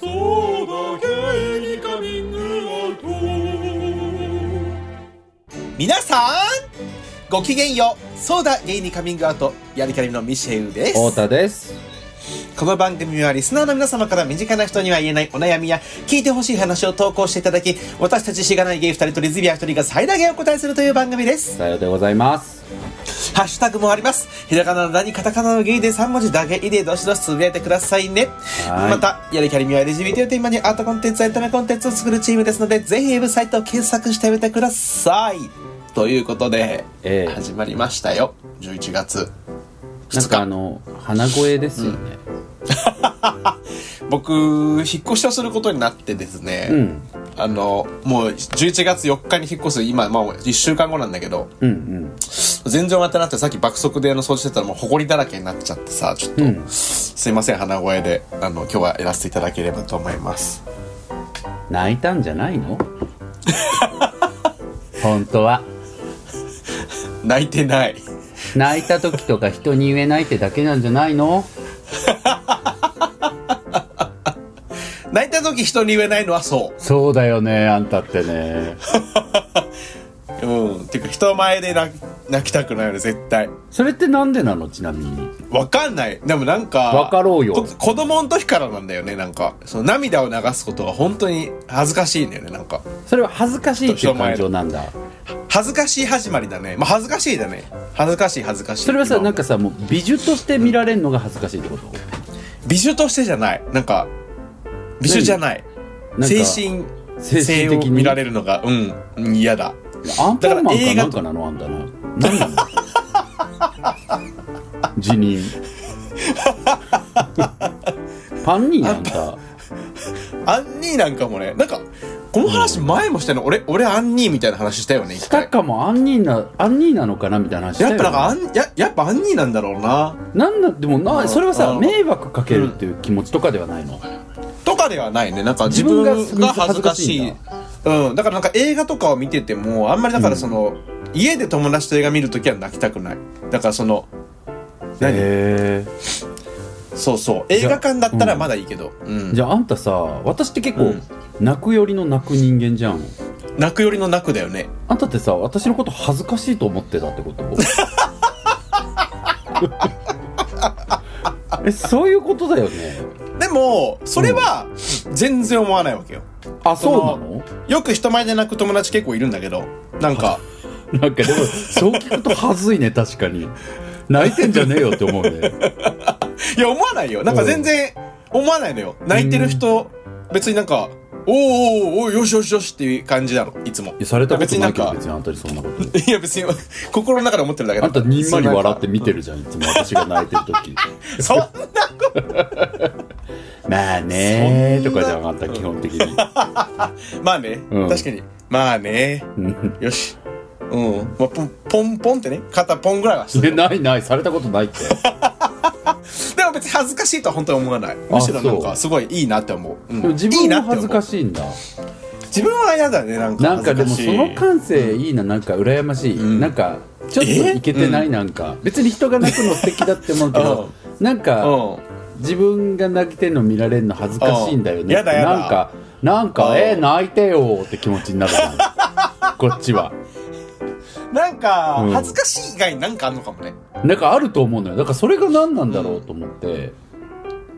そうだけにカミングアウト皆さんごきげんようソーダゲイにカミングアウトやりかりのミシェウです太田です。この番組はリスナーの皆様から身近な人には言えないお悩みや聞いてほしい話を投稿していただき私たちしがないゲイ2人とレズビアン1人が最大限お答えするという番組ですさようでございます。ハッシュタグもありますひらがなの何カタカナのゲイで3文字だけでどしどしつぶやいてくださいねはいまたやりかりみは LGBT をテーマにアートコンテンツエンタメコンテンツを作るチームですのでぜひウェブサイトを検索してみてくださいということで、ええ始まりましたよ11月なん2かあ日の鼻声ですよね。僕引っ越しをすることになってですね、うん、あのもう11月4日に引っ越す今、まあ、1週間後なんだけどうん、うん、全然終わってなくてさっき爆速であの掃除してたらもう埃だらけになっちゃってさちょっと、んすいません鼻声であの今日はやらせていただければと思います泣いたんじゃないの？ 本当は泣いてない 泣いた時とか人に言えないってだけなんじゃないの？泣いた時人に言えないのはそそうだよね、あんたってね。ううんていうか人前で泣泣きたくないよね絶対それってなんでなのちなみに。わかんないでもなんかわかろうよこ子供の時からなんだよねなんかその涙を流すことが本当に恥ずかしいんだよねなんかそれは恥ずかしいっていう感情なんだ。恥ずかしい始まりだねまあ恥ずかしいだね恥ずかしい恥ずかしいそれはさ今なんかさもう美女として見られるのが恥ずかしいってこと？美女としてじゃないなんか美女じゃない何精神精神性的にを見られるのがうんうん嫌だアンパンマンかだからな映画んとかなのあんたな。何 なの辞任。パンニーやんあんた。アンニーなんかもねなんかこの話前もしたの、俺俺アンニーみたいな話したよねし一た回かもアンニーな、アンニーなのかなみたいな話したよやっねぱなんかアンややっぱアンニーなんだろうななんだ、でもうな、んそれはさ、うん迷惑かけるっていう気持ちとかではないの。とかではないねなんか自自分分がが恥ずかしい恥うんだからなんか映画とかを見ててもあんまりだからその、家で友達と映画見るときは泣きたくないだからその何、へそうそう映画館だったらまだいいけど、うんえ。じゃああんたさ、私って結う構ん、泣くよりの泣く人間じゃん。泣くよりの泣くだよねあんたってさ、私のこと恥ずかしいと思ってたってこと え、そういうことだよね。でもそれは全然思わないわけよあ、そそのうなのよく人前で泣く友達結構いるんだけどなんかなんかでも、そう聞くとはずいね、確かに。泣いてんじゃねえよって思うね。 いや思わないよなんか全然思わないのよ泣いてる人別になんかおーおーおーよしよしよしっていう感じなのいつもいやされたことないけど、別別にあんたにそんなこと。いや別に 心の中で思ってるだけあだんたにんまり笑って見てるじゃん、いつも私が泣いてる 時。そんなまあねーとかじゃん、あんた基本的に。まあね、うん確かにまあねうん よしうん、まあ、ポンポンポンってね肩ポンぐらいはしいてやるでないない、されたこと ないって。も別に恥ずかしいとは本当に思わないむしろなんかすごいいいなって思う、うんでも自いい分なもって思恥ずうかしいんだ。自分は嫌だねなんかなんかでも恥ずそしいの感性いいな、なんか羨ましい。んなんか、ちょっといけてない、なんか。別に人が泣くの素敵だって思うけど、なんか、自分が泣いてんの見られるの恥ずかしいんだようねんやだやだなんかなんうかんえー泣いてよって気持ちになる なこっちはうんなんか、うん恥ずかしい以外になんかあるのかもねなんかあると思うのよだからそれが何なんだろうと思って、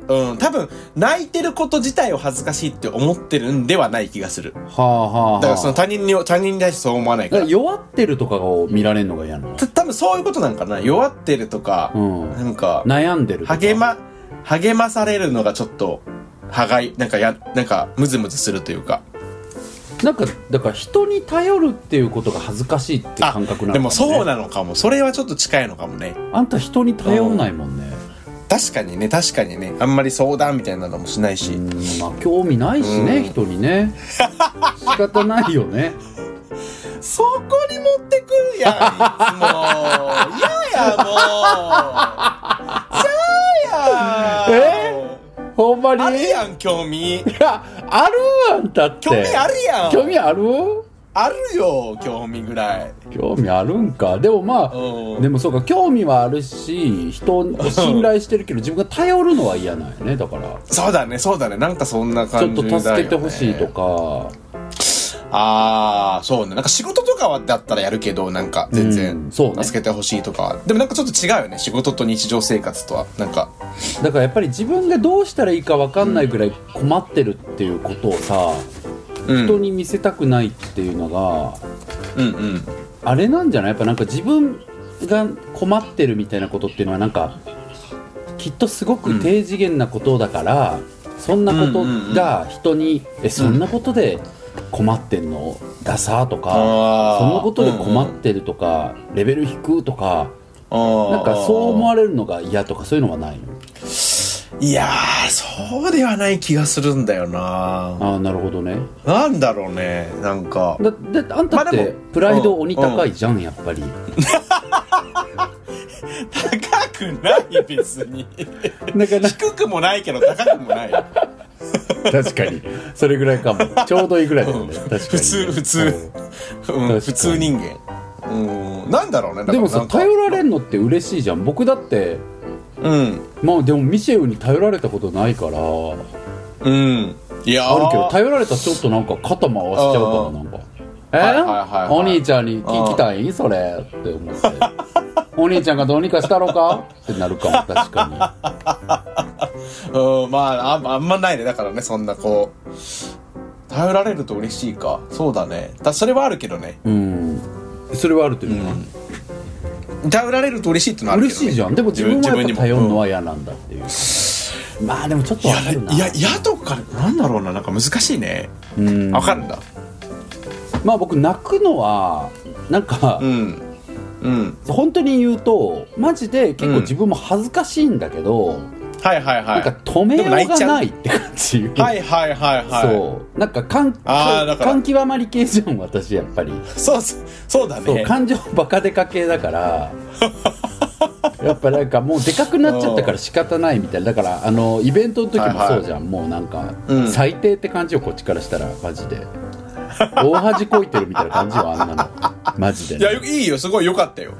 うん多分泣いてること自体を恥ずかしいって思ってるんではない気がするはあはあはあだからその他人に他人に対してそう思わなだいかからら弱ってるとかを見られるのが嫌なのた多分そういうことなんかな弱ってるとか、うんなんか悩んでるとか励ま励まされるのがちょっとはがいなんかやなんかムズムズするというかなんかだから人に頼るっていうことが恥ずかしいってあ感覚なのかねでもそうだなのかもそれはちょっと近いのかもねあんた人に頼らないもんね確かにね確かにねあんまり相談みたいなのもしないし、うんまあ興味ないしね、うん人に ね仕方ないよねそこに持ってくるやん、いつも。嫌や、もう。ちゃうやん。ほんまにあるやん、興味。いや、あるあんたって。興味あるやん。興味あるあるよ興味ぐらい興味あるんかでもまうあんでもそうか興味はあるし人を信頼してるけど自分が頼るのは嫌なんよねだからそうだねそうだねなんかそんなちょ感っじだよ、ね、と助けてほしいとかああそうねなんか仕事とかはだったらやるけどなんか全う然んそうね助けてほしいとか、でもなんかちょっと違うよね仕事と日常生活とはなんかだからやっぱり自分がどうしたらいいか分かんないぐらい困ってるっていうことをさうん人に見せたくないっていうのがうんうんあれなんじゃないやっぱなんか自分が困ってるみたいなことっていうのはなんかきっとすごく低次元なことだから、そんなことが人に「えそんなことで困ってんのダサー」とか、あーそんなことで困ってる」とか、レベル低い」とかうんうんなんかそう思われるのが嫌とかそういうのはないのいやーそうではない気がするんだよなああなるほどねなんだろうねなんかだだあんたっまあでてもプライド鬼高いじゃんやっ ぱり高くない別にだから低くもないけど高くもない 確かにそれぐらいかもちょうどいいぐらいだよね確かに普通普通かうんに普通人間うんなんだろうねだからでもなさんか頼られるのって嬉しいじゃん僕だってうんまあでもミシェウに頼られたことないからあるうんいやーけど頼られたらちょっとなんか肩回しちゃうかもなんか「えはいはいはいはいお兄ちゃんに聞きたいそれ」って思って「お兄ちゃんがどうにかしたろか?」ってなるかも確かうん、まああん、あんまないね。だからね、そんなこう。頼られると嬉しいか。そうだね。だそれはあるけどね。 にうんそれはあるというか、頼られると嬉しいってのはあるけ嬉ど、しいじゃんでも自分はやっぱ頼るのは嫌なんだっていう、まあでもちょっとわかるないや、いや、嫌とか、なんだろうな、なんか難しいね。うんわかるんだ。まあ僕泣くのはなんか、うん。うん。本当に言うとマジで結うん構自分も恥ずかしいんだけど、はいはいは。ないんか止めようがでも泣いちゃうないって感じ、はいはいはいはい。そうなんか感あーだから感極まり系じゃん私やっぱり、そうそう、そうだそうね。感情バカでか系だから やっぱなんかもうでかくなっちゃったから仕方ないみたいなだからあのイベントの時もそうじゃん、もうなんか、うん最低って感じをこっちからしたらマジで大恥こいてるみたいな感じはあんなのマジでいね、や、よいいよ、すごい良かったよ。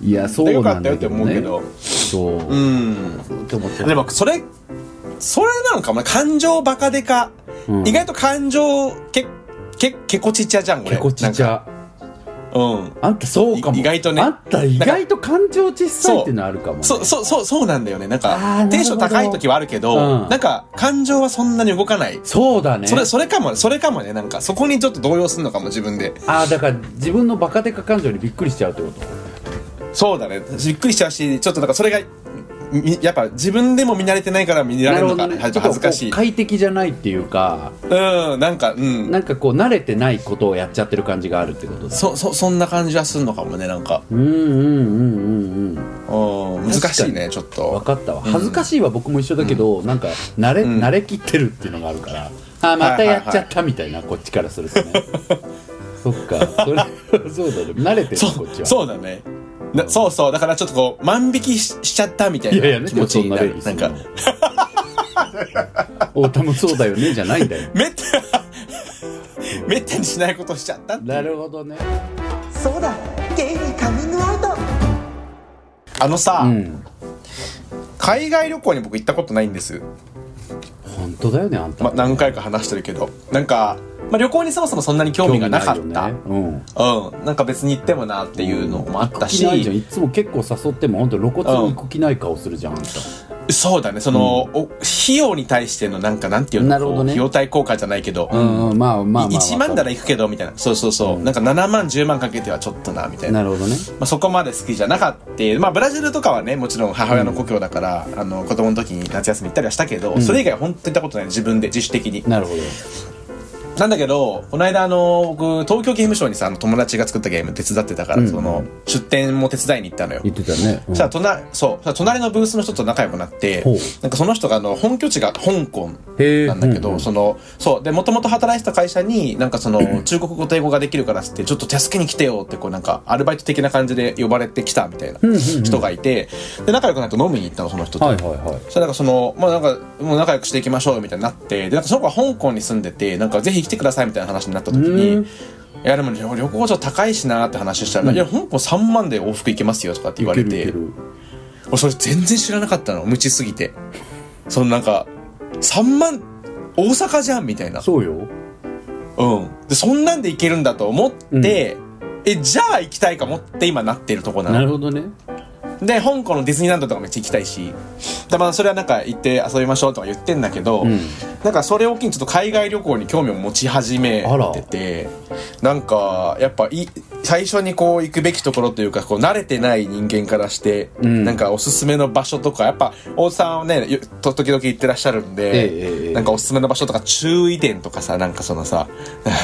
いやそ良うかなっんたよだってけど、ね、思うけど。そう、うん。って思ってでも、それ、それなのかもね。感情バカでか。うん意外と感情、け、け、けこちっちゃじゃん、俺。結構ちっちなんか。ゃうん。あんたそうかもい意外とねあんた意外と感情ちっさいっていうのあるかも、ね、そう、そう、そう、そうなんだよね。なあんーなるかほ、どテンション高い時はあるけど、うんなんか、感情はそんなに動かない。そうだねそれ、それかも、それかもね。なんか、そこにちょっと動揺するのかも、自分で。ああだから自分のバカデカ感情にびっくりしちゃうってことそうだね。びっくりしちゃうし、ちょっとなんか、それが、みやっぱ、自分でも見慣れてないから見られるのか、ちね、ょ恥っとずこかしうい。快適じゃないっていうかうん、なんか、うん。なんかこう慣れてないことをやっちゃってる感じがあるってことだそ、そ、そんな感じはするのかもね、なんか。うんうんうんうんうんうん、難しいね、ちょっ分と。かったわ恥ずかしいは僕も一緒だけど、なんか慣れ,、ん慣れきってるっていうのがあるからあーまたやっちゃったみたいな、こっちからするとねそっかそれそうだね慣れてるそこっちう、はそうだね。なそうそう、だからちょっとこう、万引きししちゃったみたいやいいやなね気持ちになる。でもなそんんなかレ、ベルおたもそうだよねじゃないんだよめった、めった にしないことしちゃったなるほどねそうだゲイにカミングアウトあのさ、うん海外旅行に僕行ったことないんです、本当だよねあんたま、何回か話してるけどなんか、まあ、旅行にそもそもそんなに興味がなかっいよたねうんうんなんか別に行ってもなっていうのもあったし、気ないじゃんいつも結構誘っても本当露骨に行く気ない顔するじゃんあんたそうだねその、お費用に対してのなんかなんていうのなるほどねこう費用対効果じゃないけど、うんうんまあまあまあ1万ならい行くけどみたいなそうそうそう、なんか7万10万かけてはちょっとなみたいななるほどねまあ、そこまで好きじゃなかった、まあ、ブラジルとかはねもちろん母親の故郷だから、あの子供の時に夏休み行ったりはしたけど、それ以外は本当に行ったことない自分で自主的になるほどなんだけどこの間あの僕東京ゲームショウにさあの友達が作ったゲーム手伝ってたから、うんその出店も手伝いに行ったのよ言ってたねうんじゃあ隣そうそしたら隣のブースの人と仲良くなってほうなんかその人があの本拠地が香港へーなんだけうど、んうんそのそうでもともと働いてた会社になんかその中国語と英語ができるからっつってちょっと助けに来てよってこうなんかアルバイト的な感じで呼ばれてきたみたいな人がいてで仲良くなって飲みに行ったのその人と。はいはいはいそしたらなんかその、まあなんか、もう仲良くしていきましょうみたいになって、で、なんかその子は香港に住んでて、なんかぜひ来てくださいみたいな話になった時に、うんいやでも旅旅行所高いしなーって話したら、いや本邦3万で往復行けますよとかって言われていけるいける俺それ全然知らなかったの無知すぎてそのなんか3万大阪じゃんみたいなそうようんでそんなんで行けるんだと思って、えじゃあ行きたいかもって今なってるとこなのなるほどねで香港のディズニーランドとかめっちゃ行きたいしだまあそれはなんか行って遊びましょうとか言ってんだけど、うんなんかそれを機にちょっと海外旅行に興味を持ち始めあらててなんかやっぱい最初にこう行くべきところというかこう慣れてない人間からして、うんなんかおすすめの場所とかやっぱ大津さんはねよと時々行ってらっしゃるんえで、えええなんかおすすめの場所とか注意点とかさなんかそのさ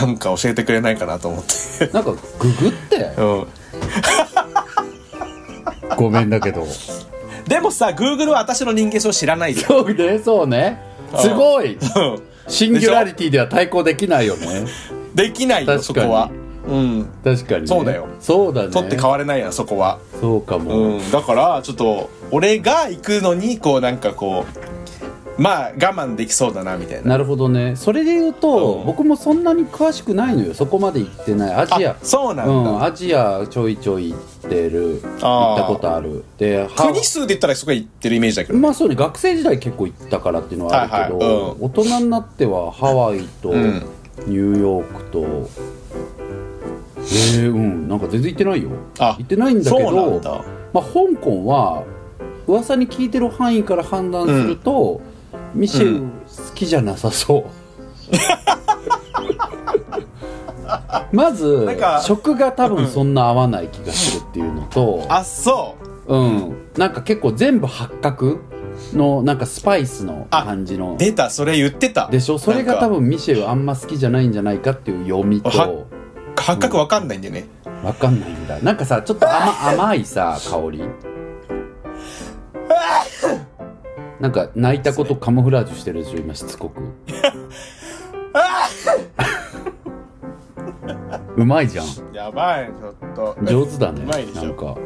なんか教えてくれないかなと思って。なんかググってうんごめんだけ どでもさ Google は私の人間性を知らないじゃん。そうねそうねすごい うんシンギュラリティでは対抗できないよ ねできないよそ確かにこはうん確かに、ね、そうだよそうだね取って代われないやそこはそうかも、うんだからちょっと俺が行くのにこうなんかこうまあ我慢できそうだなみたいななるほどねそれで言うと、うん僕もそんなに詳しくないのよそこまで行ってないアジアあそうなんうだ、ん、アジアちょいちょい行ってる行あっーたことあるでハワイ国数で言ったらすごい行ってるイメージだけど、まあそうね学生時代結構行ったからっていうのはあるけど、はいはいうん大人になってはハワイとうんニューヨークと、えー、うんなんか全然行ってないよあ行ってないんだけそうなどんだまあ、香港は噂に聞いてる範囲から判断すると、ミシェうル好きじゃなさ そう、まずなんか食が多分そんな合わない気がするっていうのとあそううんなんか結構全部八角のなんかスパイスの感じの出たそれ言ってたでしょそれが多分ミシェルあんま好きじゃないんじゃないかっていう読みとは八角わかんないんだよね、わかんないんだなんかさちょっと甘 甘いさ香りなんか泣いたことカモフラージュしてるでしょ今しつこくうまいじゃんやばいちょっと上手だねうまいでしょなんか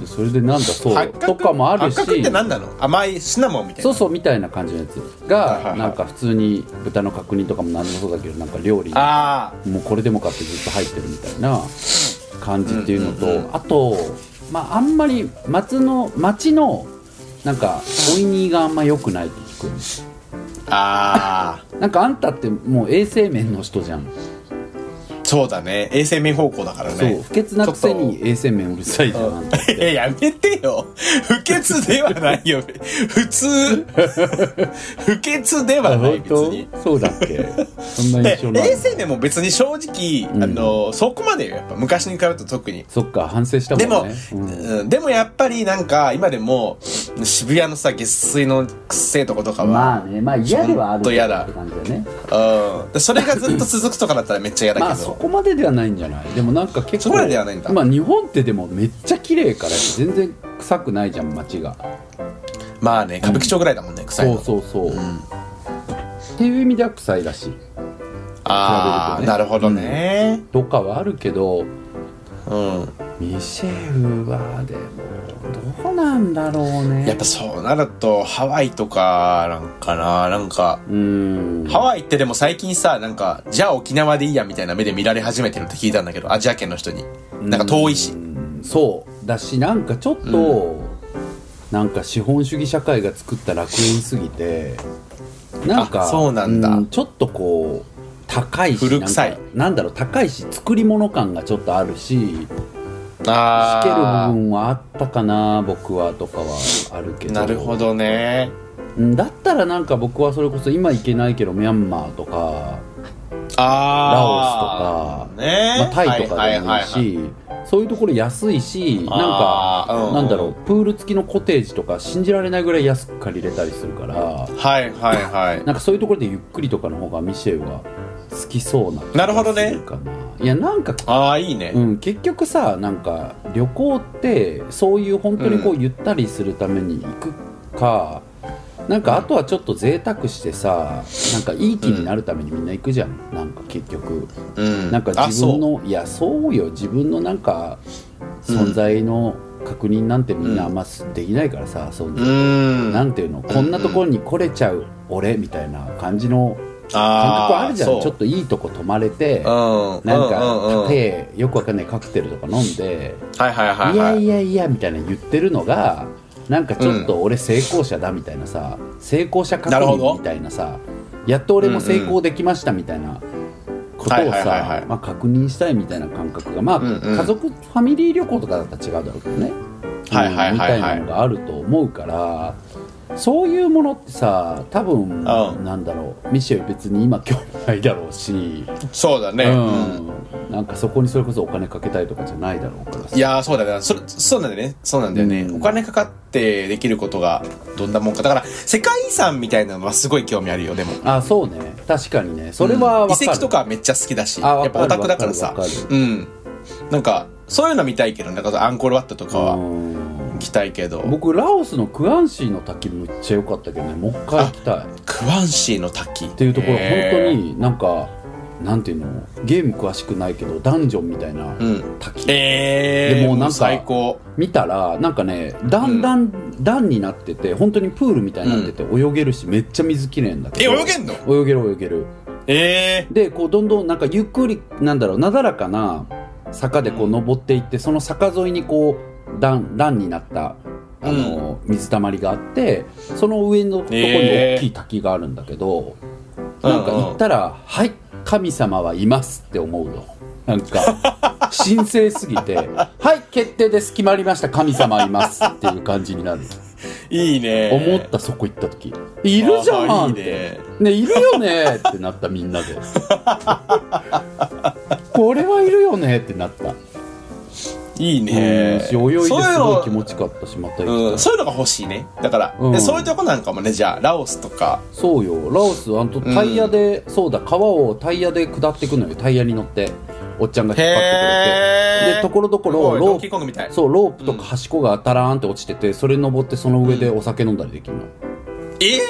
でそれでなんだそう八角とかもあるし八角って何なの甘いシナモンみたいそなうそうみたいな感じのやつはいはいがはいなんか普通に豚の角煮とかも何でもそうだけどなんか料理にああもうこれでもかってずっと入ってるみたいな感じっていうのと、うんうんうあと、まあ、あんまり町の町のなんかおいにがあんま良くないって聞くんですあなんかあんたってもう衛生面の人じゃん、ーそうだね衛生面方向だからねそう不潔なくせちょっとに衛生面うるさいじゃんあんたいや、やめてよ。不潔ではないよ。普通。不潔ではない、別に。そうだっ けそんなで印象ない衛生面も別に正直、んあのそこまでよやっぱ昔に比べると特にそっか反省したもんでねうも、んうんでもやっぱりなんか今でも渋谷のさ下水のくっせえとことかは、まあねまあ嫌ではあるちょっと嫌だって感じだねうんでそれがずっと続くとかだったらめっちゃ嫌まだあけそど、こまでではないんじゃないでもなんか結構そこまでではないんだまあ日本ってでもめっちゃ綺麗から全然臭くないじゃん街がまあ、ね歌舞伎町ぐらいだもんね、臭いそのうそうそう、っていう意味では臭いらしいああ、比べるとねなるほどねとかはあるけどうん、ミシェルはでもどうなんだろうねやっぱそうなるとハワイとかなんかななんかうーんハワイってでも最近さ、なんか、じゃあ沖縄でいいやみたいな目で見られ始めてるって聞いたんだけど、アジア圏の人に。なんか遠いしう。んそうだしなんかちょっと、なんか資本主義社会が作った楽園すぎてなんかあそうなんだちょっとこう高いし古臭いなんかなんだろう高いし作り物感がちょっとあるししける部あ分はあったかな僕はとかはあるけーどなるほどね。うんだったらなんか僕はそれこそ今行けないけどミャンマーとか、あラオー。スとかね、まあ、タイとかでもいいし、はははそういうところ安いしなんあか、ーうんなんだろうプール付きのコテージとか信じられないぐらい安く借りれたりするからはいはいはいはい。なんかそういうところでゆっくりとかの方がミシェルは好きそうななるほどね気がすかないやなんかああ、いいね。うん、結局さなんか旅行ってそういう本当にこううゆったりするために行くか、なんかあとはちょっと贅沢してさなんかいい気になるためにみんな行くじゃん、なんか結局うん。なんかあ自分そうのいやそうよ自分のなんか存在の確認なんてみんなあんまできないからさ、そんうーん。なんていうのこんなところに来れちゃう俺みたいな感じの感あ覚あるじゃんちょっとといいとこ泊まれてうんなんうんうんうんかカフェよくわかんないカクテルとか飲んではいはいはいいはやいいやいやみたいな言ってるのがなんかちょっと俺成功者だみたいなさ成功者確なるほど認みたいなさやっと俺も成功できましたみたいなことはいをはいはいはさいまあ確認したいみたいな感覚がまあうんうん家族ファミリー旅行とかだったら違うだろうけどねはいはいはいはいうんみたいなのがあると思うからそういうものってさ多分なんだろうミシェル別に今興味ないだろうしそうだね、うんなんかそこにそれこそお金かけたいとかじゃないだろうからさいやーそうだねそれそうなんだよねそうなんだよね、うんお金かかってできることがどんなもんかだから世界遺産みたいなのはすごい興味あるよでもあそうね確かにねそれはうんわかる、遺跡とかめっちゃ好きだしあやわっぱかオるタクだからさわかるわかうんなんかそういうの見たいけどなんかアンコールワットとかはうん行きたいけど僕ラオスのクアンシーの滝むっちゃ良かったけどねもう一回行きたいっクワンシーの滝っていうところ、本当になんかなんていうのゲーム詳しくないけどダンジョンみたいなうん滝、えー、でもうなんか最高見たらなんかねだんだん、段になってて本当にプールみたいになってて、泳げるしめっちゃ水きれいんだえけど泳げんの泳げる泳げるえでこうどんどんなんかゆっくりなんだろうなだらかな坂でこう登っていってその坂沿いにこう段段になったあの、水たまりがあってその上のとこにえー大きい滝があるんだけど、うんうんなんか行ったら「はい神様はいます」って思うのなん か神聖すぎて「はい決定です決まりました神様います」っていう感じになるー、いいね思ったそこ行った時いるじゃあーんいっいてねねいるよねってなったみんな でこれはいるよねってなった、いいうんねし泳いですそういうごいの気持ちよかったしまた行うきん、たい、そういうのが欲しいねだから、うんでそういうとこなんかもねじゃあラオスとかそうよラオスあんとタイヤで、そうだ川をタイヤで下っていくのよタイヤに乗っておっちゃんが引っ張ってくれてへーでところどころおいロドンーキプーコングみたいそうロープとかはしごがたらーんって落ちててそれ登ってその上でお酒飲んだりできるの、ええ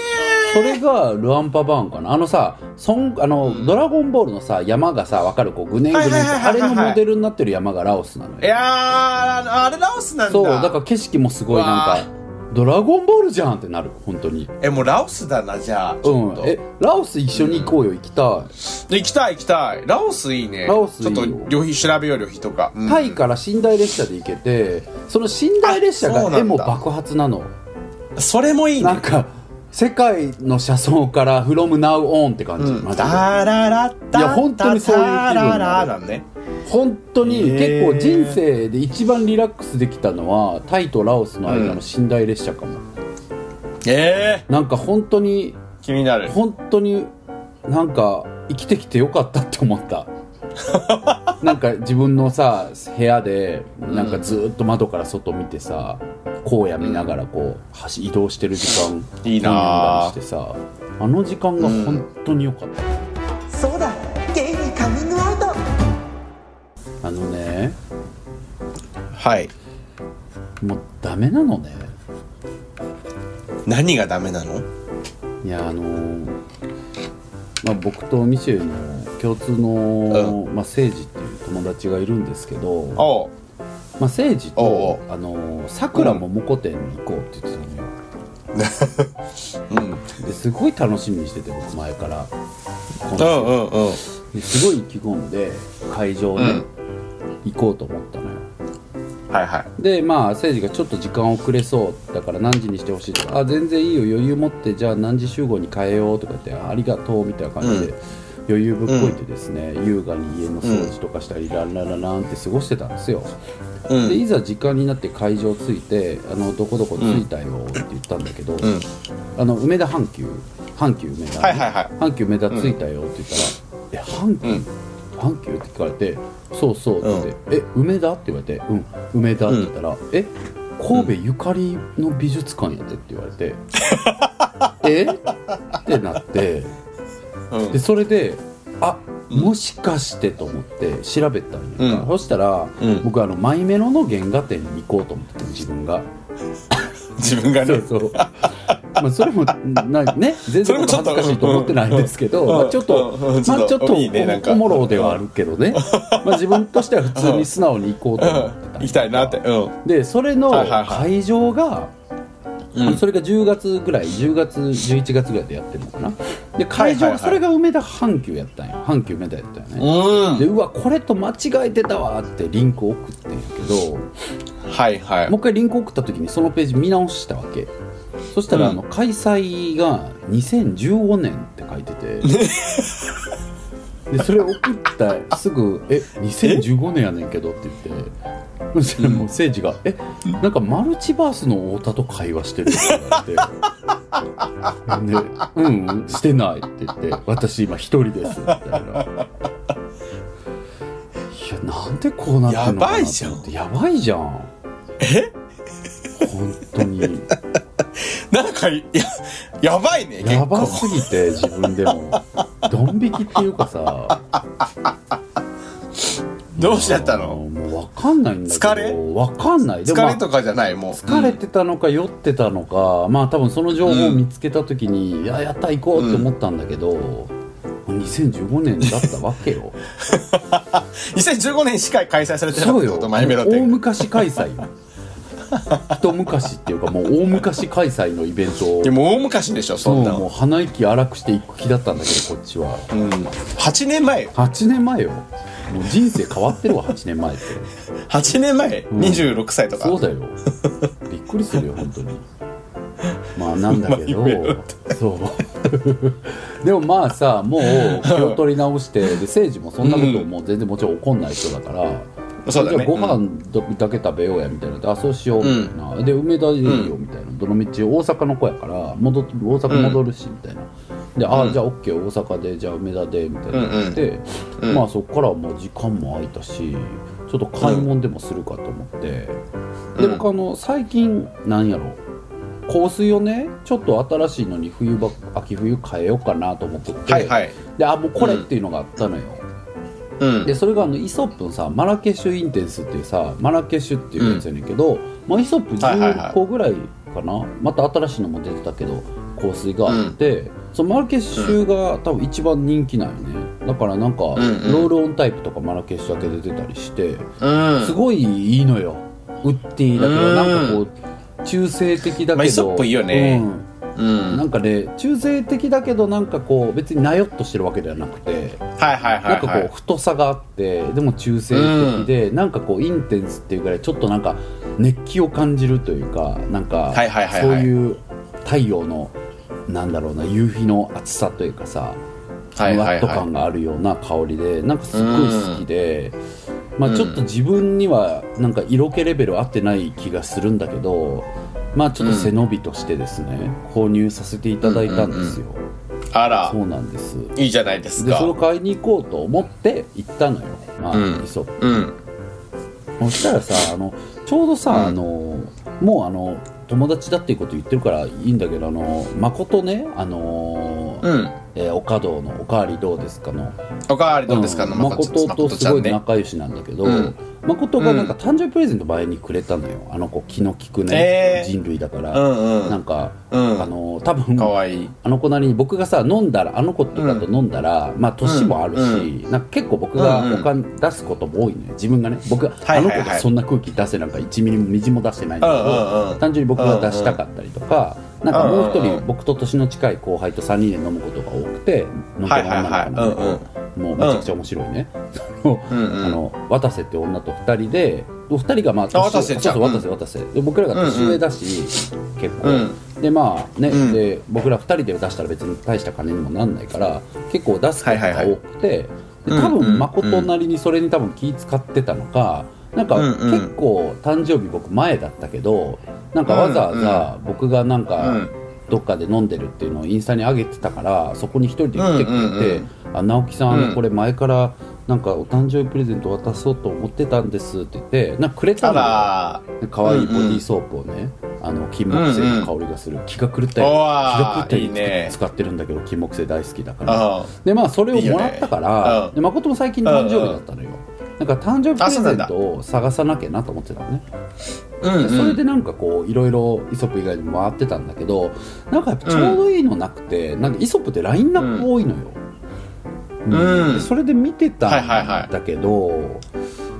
それがルアンパバーンかなあのさソンあの、ドラゴンボールのさ山がさわかるこうぐねんぐねんってはいはいあはいはいれはいのモデルになってる山がラオスなのよー、いやーああれラオスなんだそうだから景色もすごいなんうか「ドラゴンボールじゃん!」ってなる本当にえもうラオスだなじゃあちうょっんと、えラオス一緒に行こうよ行きた行きたい行きたいラオスいいねラオスいいよちょっと旅費調べよう旅費とか、ういんタイから寝台列車で行けてその寝台列車あそがうなんだでも爆発なのそれもいいなねんか世界の車窓から「from now on」って感じ、マジでダララッタいや本当にそういう気分タララなんね本当にへ結ー構人生で一番リラックスできたのはタイとラオスの間の寝台列車かも、ええなんか本当に気になる本当になんか生きてきてよかったって思った なんか自分のさ部屋でなんかずーっと窓から外見てさ荒野見ながらこう走移動してる時間いいなあ本読んだりしてさあの時間が本当に良かった、そうだゲイにカミングアウトあのねはいもうダメなのね何がダメなのいやあのーまあ、僕とミシェルの共通の、まあ、セイジっていう友達がいるんですけどおうまあ、セイジとおうおあのーさくらももこ店に行こうって言ってたのよ、うんですごい楽しみにしてて僕前からこうのんうんうんですごい意気込んで会場に、行こうと思ったのよはいはいでまあセイジがちょっと時間遅れそうだから何時にしてほしいとかあ全然いいよ余裕持ってじゃあ何時集合に変えようとか言ってありがとうみたいな感じで、余裕ぶっこいてですね、優雅に家の掃除とかしたり、ランランランランって過ごしてたんですよ、うんでいざ時間になって会場着いてあのどこどこ着いたよって言ったんだけど、んあの梅田阪急阪急梅田、はいはいはい阪急梅田着いたよって言ったら「え阪急、うん阪急?」って聞かれて「そうそう」って言って「え梅田?」って言われて「うん梅田」って言ったら「え神戸ゆかりの美術館やで」って言われ て「えってなってうんでそれで「あもしかして」と思って調べたんやんか、うんそしたら、うん僕あのマイメロの原画展に行こうと思ってて自分が。自分がそねうそう。 まあそれもなね全それ然もちょっ恥とずかしいと思ってないんですけど、うんまあちょっと、うんうんちょっとまあちょっといいねなんかおもろではあるけどね、まあ自分としては普通に 素直に行こうと思ってたんだけど行きたいなってうんでそれのはいはいはい会場がうんそれが10月ぐらい10月11月ぐらいでやってるのかなで会はいはい場はいがそれが梅田阪急やったんよ阪急梅田やったよねうんでうわこれと間違えてたわってリンク送ってんやけどはいはいもう一回リンク送った時にそのページ見直したわけそしたら、うあんの開催が2015年って書いて てでそれ送ったすぐ「え2015年やねんけど」って言ってそしたらもう政治が「えなんかマルチバースの太田と会話してる」って言われてで「うんうんしてない」って言って「私今一人です」みたいな。いやなんでこうなってんのかなと思ってやばいじゃんやばいじゃんえ本当 になんかいややばいね結構やばすぎて自分でもドン引きっていうかさどうしちゃったのもうわかんないんだけど疲れわかんないでも疲れとかじゃないもう疲れてたのか酔ってたのかまあ多分その情報を見つけた時に、いややった行こうって思ったんだけど、2015年だったわけよ2015年しか開催されてなかっそうたよことマイメロ大展昔開催 よ一昔っていうかもう大昔開催のイベントをでもう大昔でしょそそうんなもうの鼻息荒くしていく気だったんだけどこっちはうん8年前8年前よもう人生変わってるわ8年前って 8年前ん26歳とかそうだよびっくりするよ本当にまあなんだけうどまい夢だっそうでもまあさもう 気を取り直してで誠治もそんなこともう全然もちろん怒んない人だから、そうだねじゃあご飯だけ食べようやみたいなであそうしようみたいな、で梅田でいいよみたいなどの道大阪の子やから戻って大阪戻るしみたいな、であ、うんじゃあ OK 大阪でじゃあ梅田でみたいな言って、うんうんまあそこからはもう時間も空いたしちょっと買い物でもするかと思って、うでん僕あの最近なんやろ香水をねちょっと新しいのに冬ば秋冬変えようかなと思ってて、はいはいであもうこれっていうのがあったのよ、うんでそれがあのイソップのさマラケシュインテンスっていうさマラケシュっていうやつやねんけど、まあ、イソップはいはいはい10個ぐらいかな、また新しいのも出てたけど香水があって、そのマラケシュが多分一番人気なんよねだからなんか、んうんロールオンタイプとかマラケシュだけ出てたりしてうんすごいいいのよウッディだけうどんなんかこう中性的だまあけイソど、ップいいようねんうなんんかね中性的だけどなんかこう別になよっとしてるわけではなくてはいはいなんはいかはこいう太さがあってでも中性的で、なんかこうインテンスっていうぐらいちょっとなんか熱気を感じるというかなんかはいはいはいはいそういう太陽のなんだろうな夕日の暑さというかさふはいはわいっとは感があるような香りでなんかすっごい好きで、まあ、ちょっと自分にはなんか色気レベル合ってない気がするんだけど、まあ、ちょっと背伸びとしてですね、購入させていただいたんですよ、いあらそうなんですいいじゃないですでかそれを買いに行こうと思って行ったのよ、まあうんイソップうんそしたらさあのちょうどさ、うんあのもうあの友達だっていうこと言ってるからいいんだけどあの誠ねあの、うんえー、おかどうの「おかわりどうですかの」おかわりどうですかのまこち誠とちすゃごんいね仲良しなんだけど、うん誠がなんか誕生日プレゼント前にくれたのよあの子気の利くね、えー人類だかうら、んうなんんか、うんあの多分かわいいあの子なりに僕がさ飲んだらあの子とかと飲んだら、まあ年もあるし、なんか結構僕うんうがんお金出すことも多いのよ自分がね僕が、はいはいはいあの子がそんな空気出せなんか1ミリもみじも出してないんだけど、うんうんうん単純に僕が出したかったりとか、なんかもう一うんうんう人ん僕と年の近い後輩と3人で飲むことが多くて飲んでるはい女はいの子なはんだいうんけどうんもうめちゃくちゃ面白いね、うんうんあの渡瀬って女と2人でお二人がまあ年渡瀬ちそゃうんそう渡瀬渡瀬で僕らが年上だし、結構、でまあね、うんで僕ら2人で出したら別に大した金にもなんないから結構出すことが多くて、はいはいで多うんうん分誠なりにそれに多分気使ってたのか、なんかうんうん結構誕生日僕前だったけどなんかわざわざ僕がなんか、うんどっかで飲んでるっていうのをインスタに上げてたからそこに一人で来てくれて、うんうんあ直樹さん、うんこれ前からなんかお誕生日プレゼント渡そうと思ってたんですって言ってなんかくれたあのよら可愛いボディーソープをね、あの金木犀の香りがする、気が狂ったよお気が狂わったーよいいね使ってるんだけど金木犀大好きだからあでまあそれをもらったからいいよねうんで誠も最近誕生日だったのよ、なんか誕生日プレゼントを探さなきゃなと思ってたのねうんうんでそれでなんかこういろいろイソップ以外にも回ってたんだけどなんかやっぱちょうどいいのなくて、なんかイソップってラインナップ多いのよ、うんでそれで見てたはいはいはんだけど、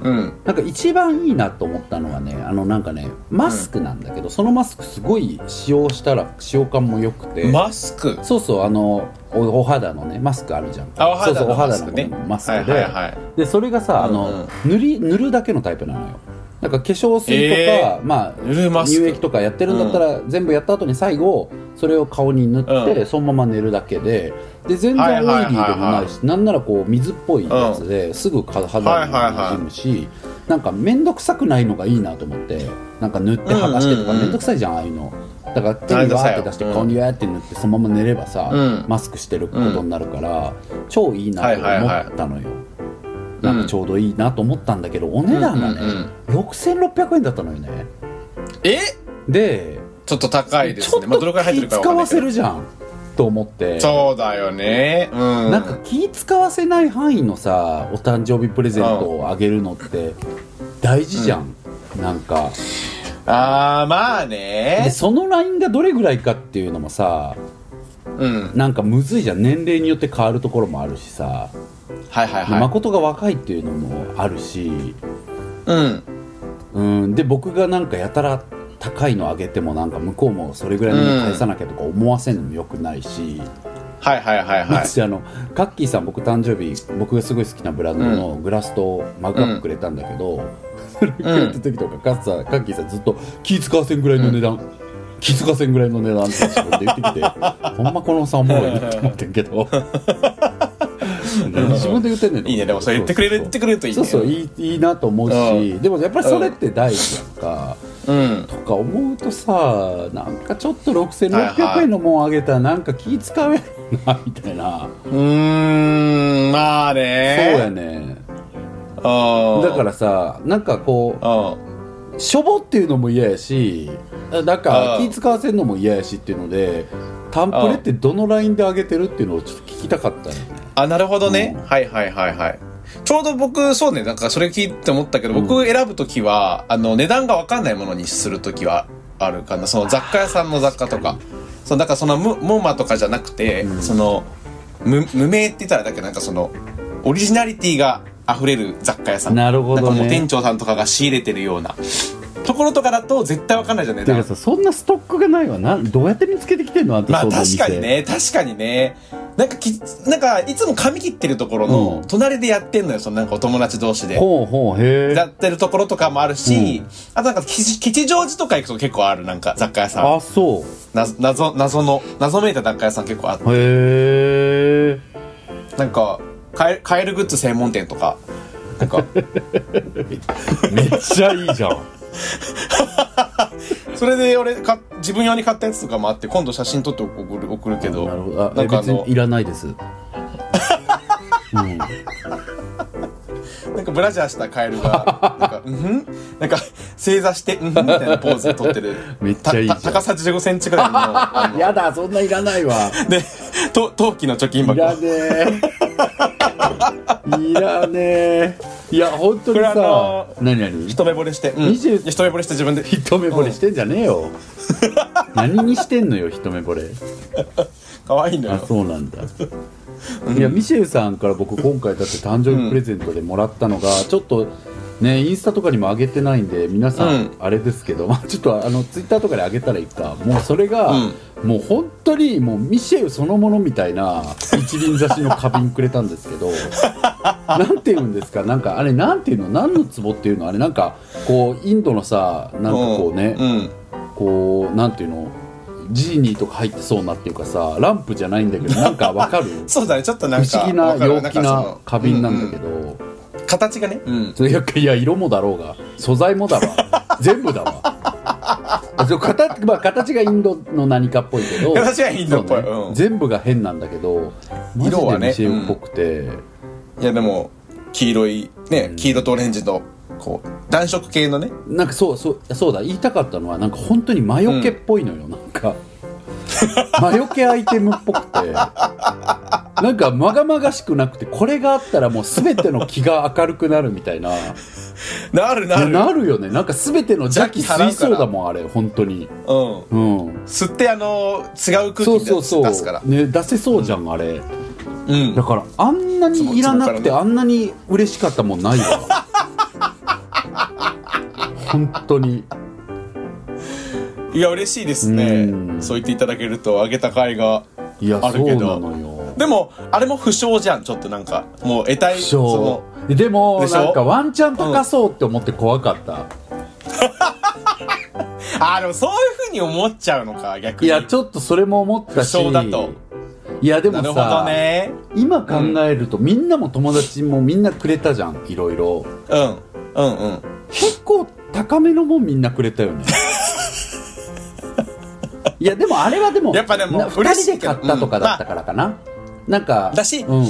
うん。なんか一番いいなと思ったのはねあのなんかねマスクなんだけど、そのマスクすごい使用したら使用感も良くて、マスクそうそうあのおお肌のねマスクあるじゃんあお肌のそうそうお肌マスクのねマスクで、はいはいはいでそれがさあの、うんうん塗り塗るだけのタイプなのよなんか化粧水とか、えま塗るあマスク乳液とかやってるんだったら、全部やった後に最後それを顔に塗って、うんそのまま寝るだけでで全然オイはリーいでもはないいはし、いはいなんならこう水っぽいやつで、すぐか肌に馴染むし、なんか面倒くさくないのがいいなと思ってなんか塗って剥がしてとかうんうんうん面倒くさいじゃんああいうのだから手にわーって出してうん顔にわーって塗ってそのまま寝ればさ、うんマスクしてることになるから、超いいなと思ったのよ、なんかちょうどいいなと思ったんだけど、お値段がね、うんうん6600円だったのよねえでちょっと高いでちすょっね。まあ、どれとくらい入って気る使かわかんなわいけせどるじゃんと思ってそうだよね。うん。なんか気使わせない範囲のさお誕生日プレゼントをあげるのって大事じゃん、なんかあー、まあでね。そのラインがどれぐらいかっていうのもさうん。なんかむずいじゃん年齢によって変わるところもあるしさ、はいはいではい。誠が若いっていうのもあるしうん。うん、で僕がなんかやたら高いのあげてもなんか向こうもそれぐらいのに返さなきゃとか思わせるのもよくないし、はいはいはいはい。私あのカッキーさん僕誕生日僕がすごい好きなブランドのグラスとマグカップくれたんだけど、それくれた時とかカッさんカッキーさんずっと気使わせんぐらいの値段、気使わせんぐらいの値段って自分で言ってきて ほんまこのおっさんおもろいなって思ってんけど自分で言ってんねんいいね。でもそれ言ってくれる、言ってくれるといいそね。うそういいいいなと思うし、うでもやっぱりそれって大事やんか、うん。とか思うとさなんかちょっとはいは6600い円のもんあげたらなんか気使えるなみたいな、うーん、まあね。そうやねうん。だからさなんかこうん。うしょぼっていうのも嫌やしなんかうん気使わせるのも嫌やしっていうのでタンプレってどのラインであげてるっていうのをちょっと聞きたかったよねあ、なるほどね。うんはいはいはいはい。ちょうど僕、そうね、なんかそれ聞いて思ったけど、うん僕選ぶときは、あの、値段がわかんないものにするときはあるかな。その雑貨屋さんの雑貨とか。そう、だからその、むモーマとかじゃなくて、うんその、無、無名って言ったらだけど、なんかその、オリジナリティが溢れる雑貨屋さん。なるほどねなんかもう店長さんとかが仕入れてるような。ところとかだと絶対わかんないじゃん、値てか段。さそんなストックがないわなどうやって見つけてきてんのあんたまあその確店かにね、確かにね。なんかき、なんかいつも髪切ってるところのうん隣でやってんのよ、そのなんかお友達同士で。ほうほうへえやってるところとかもあるし、あとなんか吉吉祥寺とか行くと結構ある、なんか雑貨屋さん。あそうな謎、謎の、謎めいた雑貨屋さん結構あって。へえなんか、カエルカエルグッズ専門店とか。なん か、めっちゃい いじゃんそれで俺か、自分用に買ったやつとかもあって、今度写真撮って送る送るけど。なるほどあなんかあ別にのい、らないです、うん、なんかブラジャーしたカエルが、なんか、うんふんなんか、正座して、うんふんみたいなポーズ取ってる。めっちゃいいじゃんたた高さ15センチくらいの、あのやだそんないらないわで、と陶器の貯金い箱。らねえいらねえいや本当にこれあさの何何一目惚れして、うん20一目惚れして自分で。一目惚れしてんじゃねえよ何にしてんのよ一目惚れ可愛いのあよ。そうなんだ いやミシェルさんから僕今回だって誕生日プレゼントでもらったのが、ちょっとねインスタとかにも上げてないんで皆さん、うんあれですけど、 まあ、ちょっとあのツイッターとかで上げたらいいかもうそれが、うんもう本当にもうミシェルそのものみたいな一輪挿しの花瓶くれたんですけ どなんて言うんですかなんかあれなんていうの何の壺っていうのあれなんかこうインドのさなんかこうね、うん。こうなんていうのジーニーとか入ってそうなっていうかさランプじゃないんだ けどなんかわかるそうだね、ちょっと不なんか。思議なわかる陽気んかなその花瓶なんだけうど、う形がね。うん。それいやいや色もだろうが素材もだ わ全部だわそう形,、まあ、形がインドの何かっぽいけど形がインドっぽいそうねうん全部が変なんだけどマジで色はねミシェルっぽくて、いや、でも、黄色い、ね、黄色とオレンジの、こう、暖色系のね。なんかそうそうそうだ言いたかったのはなんか本当に魔除けっぽいのよ、なんか魔除けアイテムっぽくてなんかまがまがしくなくてこれがあったらもう全ての気が明るくなるみたいななるなる。なるよねなんか全ての邪気邪気払うから吸いそうだもんあれ本当にうん。うん吸って、あの、違う空気そにうそうそう出すから。ね、出せそうじゃん、あれうんだ。からあんなにいらなくつぼつぼかてら あんなに嬉しかったもんないわ本当にいや嬉しいですねうんそう言っていただけるとあげた甲斐がいやあそるうけどなのよでもあれも不詳じゃんちょっとなんかもう得体不そ詳のでもでしょなんかワンチャン高そうって思って怖かった、あーでもそういうふうに思っちゃうのか逆いにやちょっとそれも思ったし不詳だといやでなもるほさど、ね今考えると、みんなも友達もみんなくれたじゃんいろいろうんうんうん結構高めのもんみんなくれたよ ねいやでもあれはでもやっぱでもな二嬉し人いでけど買ったとかだったからかな、なんかだしうん、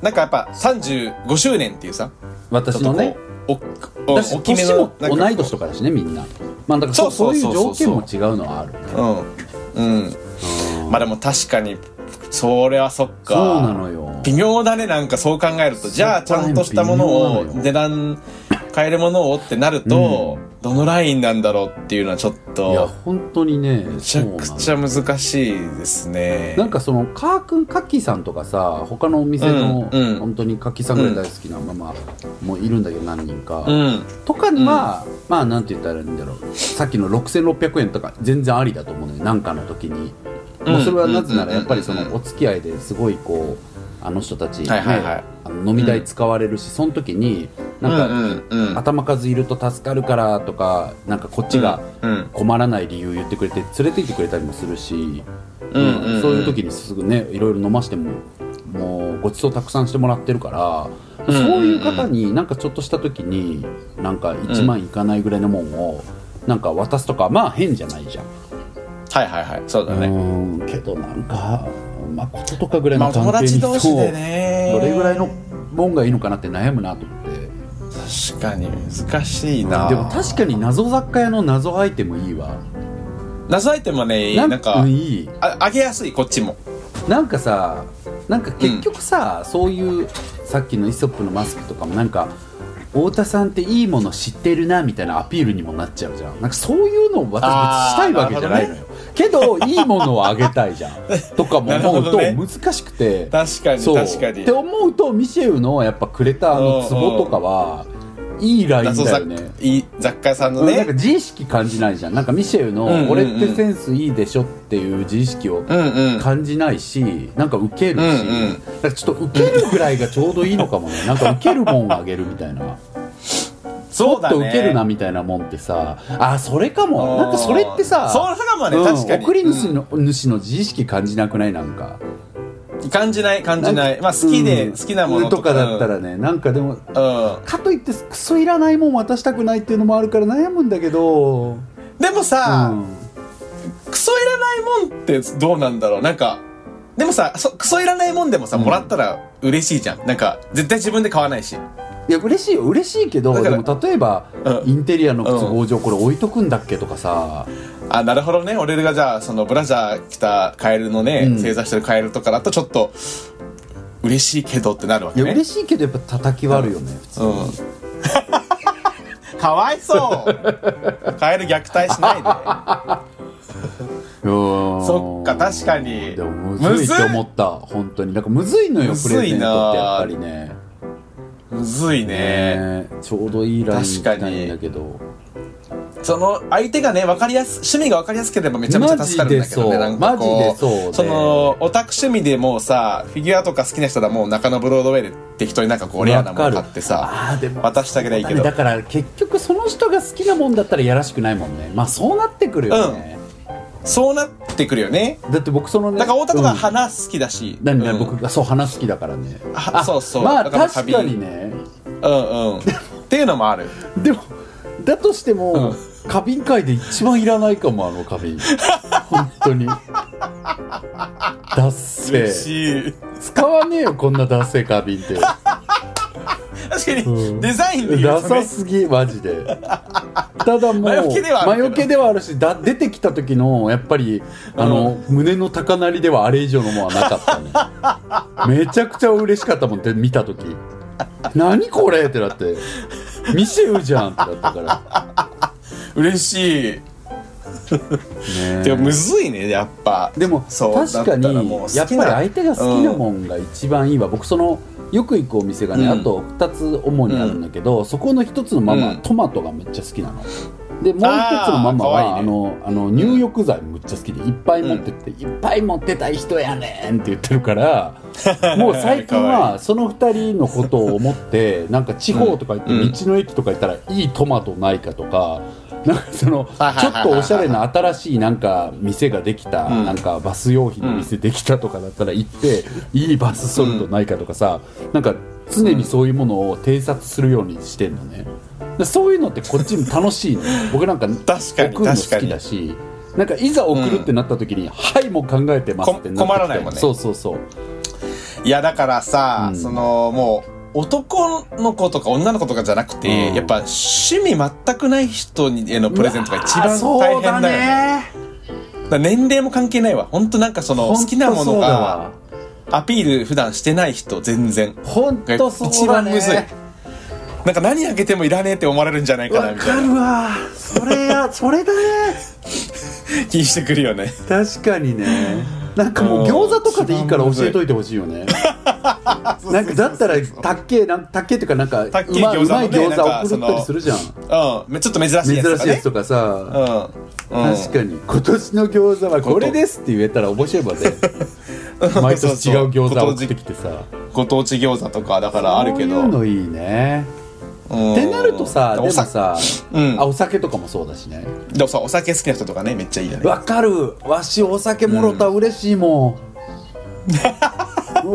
なんかやっぱ35周年っていうさ私のねちょっとこうおおだし大きめ年のもなんかこう同い年とかだしねみんなまあだからそそううそそうういうそ条うそう件も違うのはあるうんうんまあでも確かにそれはそっかそうなのよ微妙だねなんかそう考えるとじゃあちゃんとしたものを微妙なのよ値段変えるものをってなると、どのラインなんだろうっていうのはちょっいやと本当にねめちゃくちゃ難しいですねなんかそのカー君カッキーさんとかさ他のお店の、うんうん本当にカッキーさんぐらい大好きなママもいるんだけど何人か、うんとかには、まあなんて言ったらいいんだろうさっきの6600円とか全然ありだと思うのよなんかの時に、うんまあ、それはなぜならうんやっぱりそうんのお付き合いですごいこうあの人たち、ねはいはいはいあの飲み代使われるし、その時になんか、うんうんうん頭数いると助かるからとかなんかこっちがうん困らない理由言ってくれて連れてきてくれたりもするし、うんうんうんそういう時にすぐねいろいろ飲ましてももうごちそうたくさんしてもらってるから、うんうんうんそういう方になんかちょっとした時になんか1万いかないぐらいのもんをなんか渡すとかまあ変じゃないじゃん。はいはいはいそうだね、うんけどなんかまこととかぐらいまあのお友関係達に同士でねそうどれぐらいのもんがいいのかなって悩むなと思って。確かに難しいな、でも確かに謎雑貨屋の謎アイテムいいわ謎アイテムはねななんんうかんいいああげやすいこっちもなんかさなんか結局さ、そういうさっきのイソップのマスクとかもなんか太田さんっていいもの知ってるなみたいなアピールにもなっちゃうじゃんなんかそういうのを私あー別にしたいわけじゃないのよ、けどいいものをあげたいじゃんとかも思うとなるほ難しくて、確かにそう確かにって思うとミシェウのやっぱくれたあの壺とかはいいライン謎だ雑よねいい雑貨屋さんのうんね、なんか自意識感じないじゃんなんかミシェルのうんうんう「ん俺ってセンスいいでしょ」っていう自意識をうんうん感じないしなんかウケるし、うんうんだからちょっとウケるぐらいがちょうどいいのかもねなんかウケるもんあげるみたい なそちうょだっとねウケるなみたいなもんってさあそれかもなんかそれってさそうかもね、うん確かに送り主の,、主の自意識感じなくないなんかうん感じない感じないまあ好きで、うん好きなものとかだったらねなんかでもうん、うんかといってクソいらないもん渡したくないっていうのもあるから悩むんだけどでもさ、うんクソいらないもんってどうなんだろうなんかでもさそクソいらないもんでもさ、もらったら嬉しいじゃんなんか絶対自分で買わないしいや嬉しいよ嬉しいけどだでからも例えば、うんインテリアの靴工場これ置いとくんだっけとかさ、あなるほどね俺がじゃあそのブラジャー着たカエルのね、うん正座してるカエルとかだとちょっと嬉しいけどってなるわけいやね嬉しいけどやっぱ叩き割るよね、普通うん、かわいそうカエル虐待しないでそっか確かにでもむずいって思った本当になんかむずいのよむプずレいなゼントってやっぱりねむずいねねちょうどいいライン行き確かにたいんだけどその相手がね分かりやす趣味が分かりやすければめちゃめちゃ助かるんだけどマジでねそうなんかマこジでそうねのオタク趣味でもうさフィギュアとか好きな人だもう中野ブロードウェイで適当になんかこうレアなもわのかる買ってあさーでも渡してあげりゃいいけどだから結局その人が好きなもんだったらやらしくないもんねまあそうなってくるよね、そうなってくるよねだって僕そのねだから太田とかうん花好きだし、何う々ん、僕がそう花好きだからねあそうそうまあだから確かにねうんうんっていうのもあるでもだとしても、花瓶界で一番いらないかもあの花瓶本当にダッ嬉セしい使わねえよこんなダッセ花瓶って確かうんにデザインで言ダうとサねすぎマジでただもう魔除けではあるけど魔除けではあるしだ出てきた時のやっぱりあの、胸の高鳴りではあれ以上のものはなかったねめちゃくちゃ嬉しかったもんで見た時何これってなってミシェウじゃんってなったから嬉しいねでもむずいねやっぱでもそう確かにだったらもう好きやっぱりな相手が好きなもんが一番いいわ、僕そのよく行くお店がね、うんあと2つ主にあるんだけど、そこの1つのママ、うんトマトがめっちゃ好きなの。でもう1あーつのママは可あ愛いねのあの入浴剤むっちゃ好きでいっぱい持ってって、いっぱい持ってたい人やねんって言ってるから もう最近可はその2人のことを思 ってなんか地方とか行ってうん道の駅とか行ったらいいトマトないかとか。なんかそのちはいはいょはいはいっとおしゃれな新しいなんか店ができた、うんなんかバス用品の店できたとかだったら行って、いいバスソルトないかとかさ、なんか常にそういうものを偵察するようにしてんのねでそういうのってこっちも楽し いの僕なんか確かに送るの好きだしなんかいざ送るってなった時に「はいもう考えてます」ってなってきたこ困らないもんねそうそうそういやだからさ、うんそのもう男の子とか女の子とかじゃなくて、うんやっぱ趣味全くない人にへのプレゼントが一番大変だよねだから年齢も関係ないわ本当なんかその好きなものがアピール普段してない人全然本当そうだね一番むずいなんか何あげてもいらねえって思われるんじゃないかなわみたかいなるわそれやそれだね気してくるよね確かにねなんかもう餃子とかでいいから教えといてほしいよね なんかだ ったらたっけえなんたっけえっていうかなんかたっけうえまいう餃子まもねい餃なんか子送ったりするじゃんうんちょっと珍しい珍やつとしかいやつねとかさうん、うん、確かに今年の餃子はこれですって言えたら面白いもんね毎年違う餃子を送ってきてさご当地餃子とかだからあるけどそういうのいいねうんってなるとさでもお酒さうんあお酒とかもそうだしねでもさお酒好きな人とかねめっちゃいいよねわかるわしお酒もろたら嬉しいもん、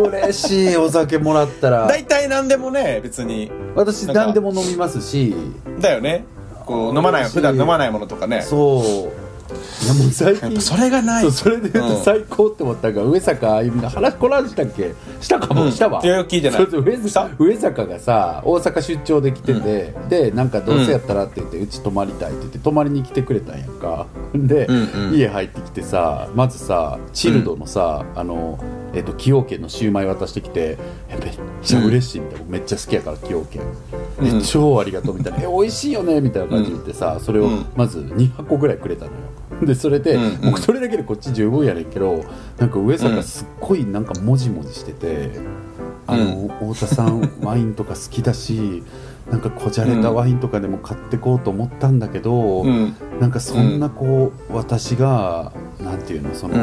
嬉しいお酒もらったら大体何でもね別に私なんか何でも飲みますしだよねこう飲まない嬉しい普段飲まないものとかねそういやもう最やっぱ近それがないそうそれで言うとうん最高って思ったのが、上坂あゆみの話この話したっけしたかも、うんしたわいやいや聞いてないそれで上した坂上坂がさ大阪出張で来てて、でなんかどうせやったらって言って、うち泊まりたいって言って泊まりに来てくれたんやんかで、うんうん家入ってきてさまずさチルドのさ、あのえっと崎陽軒のシューマイ渡してきてえめっちゃ嬉しいみたいな、めっちゃ好きやから崎陽軒、えうん超ありがとうみたいな「え美味しいよね」みたいな感じで言ってさ、それをうんまず2箱ぐらいくれたのよでそれで、うんうん僕それだけでこっち十分やねんけどなんか上坂すっごいなんかモジモジしてて、あの太田さんワインとか好きだしなんかこじゃれたワインとかでも買ってこうと思ったんだけど、うんなんかそんなこう、私がなんていうのその、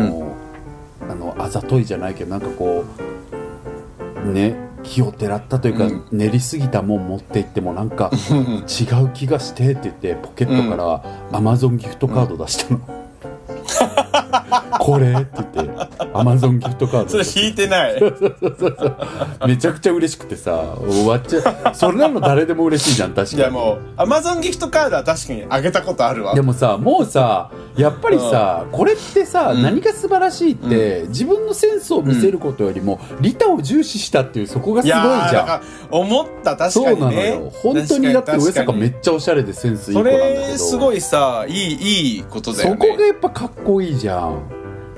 あのあざといじゃないけどなんかこうね気をてらったというか、うん練りすぎたもん持っていってもなんかうん違う気がしてって言ってポケットからアマゾンギフトカード出したの、これって言ってアマゾンギフトカードそれ引いて ないめちゃくちゃ嬉しくてさ終わっちゃうそれなの誰でも嬉しいじゃん確かいにやもうアマゾンギフトカードは確かにあげたことあるわでもさもうさやっぱりさ、これってさ、何が素晴らしいって、自分のセンスを見せることよりも、利他を重視したっていうそこがすいごいじやーゃだんから思った確そかうなにのねよ本当にだって上確かに坂め確かっちゃおしゃれでセンスいにい子なそんだけれどすごいさいいいいことだよそこがねやっぱかっこいいじゃん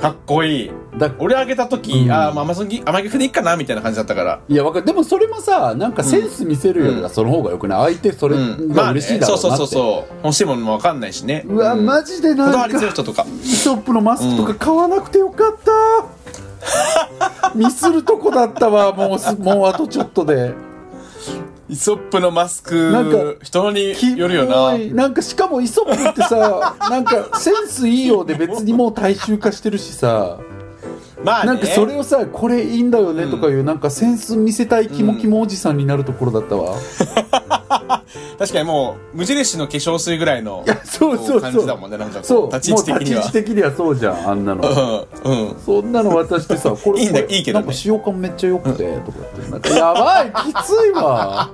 かっこいいだ俺あげた時、うんああまあアマゾンギアマギフでいいかなみたいな感じだったからいやわかるでもそれもさなんかセンス見せるよりはその方がよくない相手それうんがね嬉しいだろうそうなそうそうってそう欲しいものも分かんないしねうわんマジでこなだわんり強いか人とかイソップのマスクとか買わなくてよかっ た、ミスるとこだったわもうすもうあとちょっとでイソップのマスなんかク人にキよるよなモいなんかしかもイソップって さなんかセンスいいようで別にもう大衆化してるしさまあねなんかそれをさこれいいんだよねとかいう、なんかセンス見せたいキモキモおじさんになるところだったわ、確かにもう無印の化粧水ぐらいのいやそうそうそう感じだもんねなんかこうそう立ち位置的にもう立ち位置的にはそうじゃんあんなのはうんうんそんなの渡してさ、これいいんだこれいいけどねなんか使用感めっちゃ良くて、とかってなって。やばい、きついわ。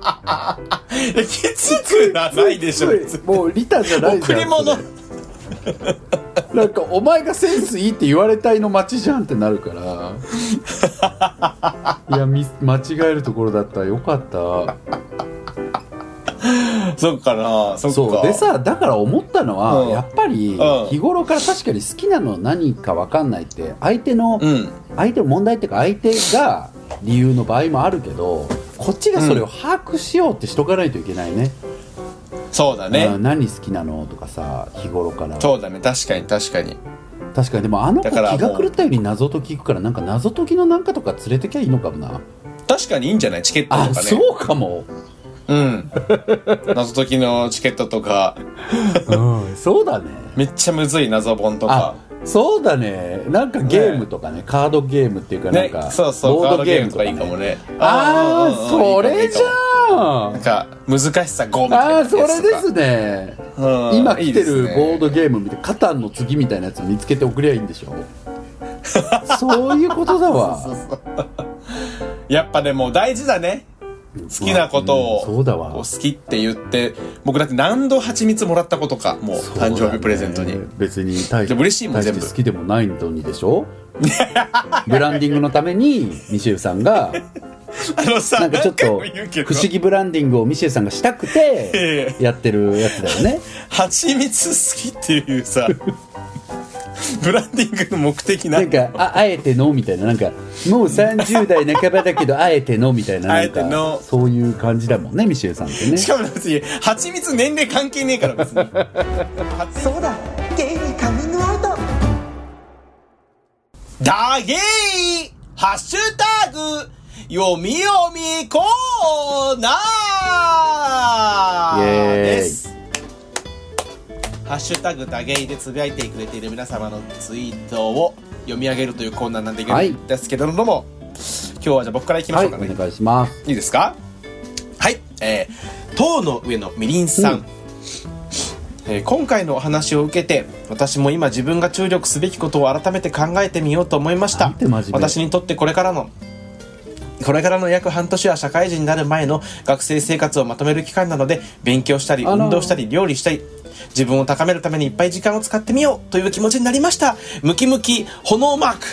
いやきつくなないでしょきついもうリタじゃないじ贈ゃん。り物それなんか、お前がセンスいいって言われたいの街じゃんってなる から。いや、み間違えるところだった。よかった。そっかなそっかそう。でさ、だから思ったのは、うんやっぱりうん、日頃から確かに好きなの何かわかんないって、相手の、うん相手の問題っていうか相手が理由の場合もあるけどこっちがそれを把握しようってしとかないといけないね,そうだあー、ね何好きなのとかさ日頃からそうだね確かに確かに確かにでもあの子だ気からもうが狂ったように謎解き行くからなんか謎解きのなんかとか連れてきゃいいのかもな確確かにいいんじゃないチケットあ、とかね。そうかも、うん。謎解きのチケットとか、うん、そうだねめっちゃむずい謎本とあか。そうだねなんかゲームとかねカードゲームっていうかなんねか、、そうそう、ボカーードドゲーゲームムととかかねいいかもね。ああうんうんそうんいいかもいれいじかもゃんなんか、難しさ5みたいなああやーつそとか。れですねうん今来てるボードいいですねゲームみたいなカタンの次みたいなやつ見つけて送りゃいいんで しょそういうことだわやっぱでも大事だね。好きなことを、うんそうだこわう好きって言って、僕だって何度蜂蜜もらったことか、もうそうだ誕ね生日プレゼントに。別に大しでも嬉しいもん大して全部好きでもないのにでしょ ブランディングのためにミシェルさん があのさ、なんかちょっと何回も言うけ不ど思議ブランディングをミシェルさんがしたくて えやってるやつだよね蜂蜜好きっていうさブランディングの目的 ななんかああえてのみたいななんかもう30代半ばだけどあえてのみたいななんかあえてのそういう感じだもんねミシェルさんってねしかも別に蜂蜜年齢関係ねえから別にそうだゲイにカミングアウトダゲイハッシュタグ読み読みコーナイーエーイですハッシュタグダゲイでつぶやいてくれている皆様のツイートを読み上げるというコーナーなんではいですけども、今日はじゃあ僕からいきまはいしょうかね、お願いしますいいですかはい、えー、塔の上のみりんさん、うんえー今回のお話を受けて私も今自分が注力すべきことを改めて考えてみようと思いましなたんて真面目私にとってこれからのこれからの約半年は社会人になる前の学生生活をまとめる期間なので勉強したりあら運動したり料理したり自分を高めるためにいっぱい時間を使ってみようという気持ちになりましたムキムキ炎マーク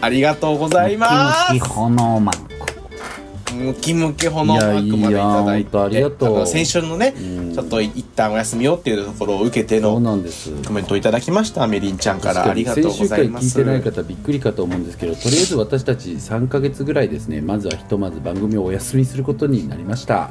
ありがとうございますムキムキ炎マンムキムキ炎マークまでいただいやいやいて本当ありがとうの先週のねうんちょっと一旦お休みをっていうところを受けてそうのなんですコメントをいただきましたメリンちゃんからありがとうご先週ざい回ま聞いすてない方びっくりかと思うんですけどとりあえず私たち3か月ぐらいですねまずはひとまず番組をお休みすることになりました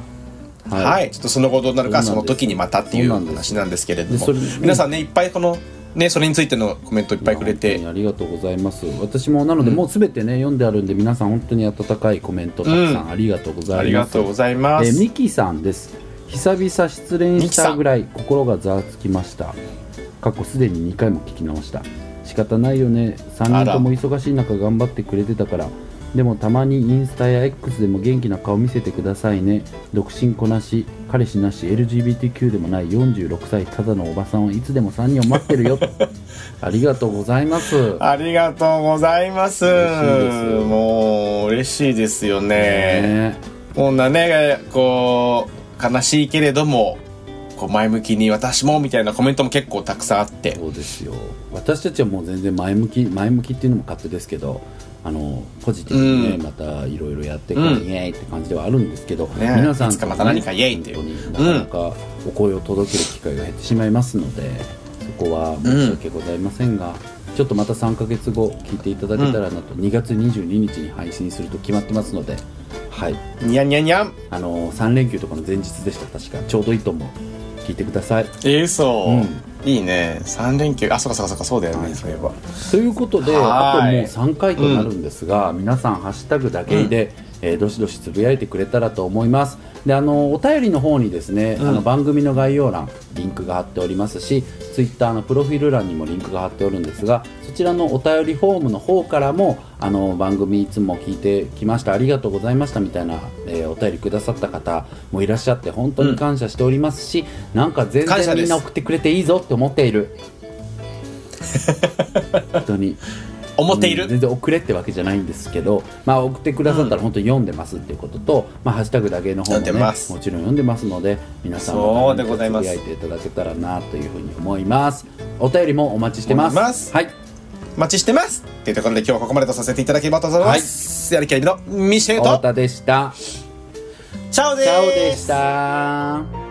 はい、はい、ちょっとその後どうなるかそうそなんのです時にまたっていうそうなんです話なんですけれどもでそれね皆さんねいっぱいこのねそれについてのコメントいっぱいくれて本当にありがとうございます私もなので、もうすべてね読んであるんで皆さん本当に温かいコメントたくさうんありがとうございます、ありがとうございまえすーミキさんです久々失恋したぐらい心がざわつきました過去すでに2回も聞き直した仕方ないよね3あ人らとも忙しい中頑張ってくれてたからでもたまにインスタや X でも元気な顔見せてくださいね独身こなし彼氏なし LGBTQ でもない46歳ただのおばさんはいつでも3人を待ってる よありがとうございますありがとうございます嬉しいですもう嬉しいですよねねこんなねこう悲しいけれどもこう前向きに私もみたいなコメントも結構たくさんあってそうですよ私たちはもう全然前向き前向きっていうのも勝手ですけどあのポジティブにね、うんまたいろいろやってこう、うんイエーイって感じではあるんですけど、ね皆さんいつかまた何かイエーイっていう本当になかなかお声を届ける機会が減ってしまいますので、そこは申し訳ございませんが、ちょっとまた3ヶ月後聞いていただけたらなと、2月22日に配信すると決まってますのではいにゃんにゃんにゃんあの3連休とかの前日でした確かちょうどいいと思う聞いてくださいええそううんいいね3連休あそうかそうかそうかそうだよねそういえばということであとはもうーい3回となるんですが、皆さん「ハッシュタグだけで」えーどしどしつぶやいてくれたらと思いますであのお便りの方にですね、あの番組の概要欄リンクが貼っておりますしツイッターのプロフィール欄にもリンクが貼っておるんですがそちらのお便りフォームの方からもあの番組いつも聞いてきましたありがとうございましたみたいな、えーお便りくださった方もいらっしゃって本当に感謝しておりますし、なんか全感謝然ですみんな送ってくれていいぞって思ってい る本当に思っている、うん全然遅れってわけじゃないんですけど、まあ、送ってくださったら本当に読んでますっていうことと、まあ、ハッシュタグだけの方も、ね、読んでもまちすろん読んでますので皆さんそうでございますつぶやいていただけたらなというふうに思いますお便りもお待ちしてます思いますはい、お待ちしてますっていうところで今日はここまでとさせていただければと思います、やる気ありみのミシェル太と田でしたチャオでチすャオでした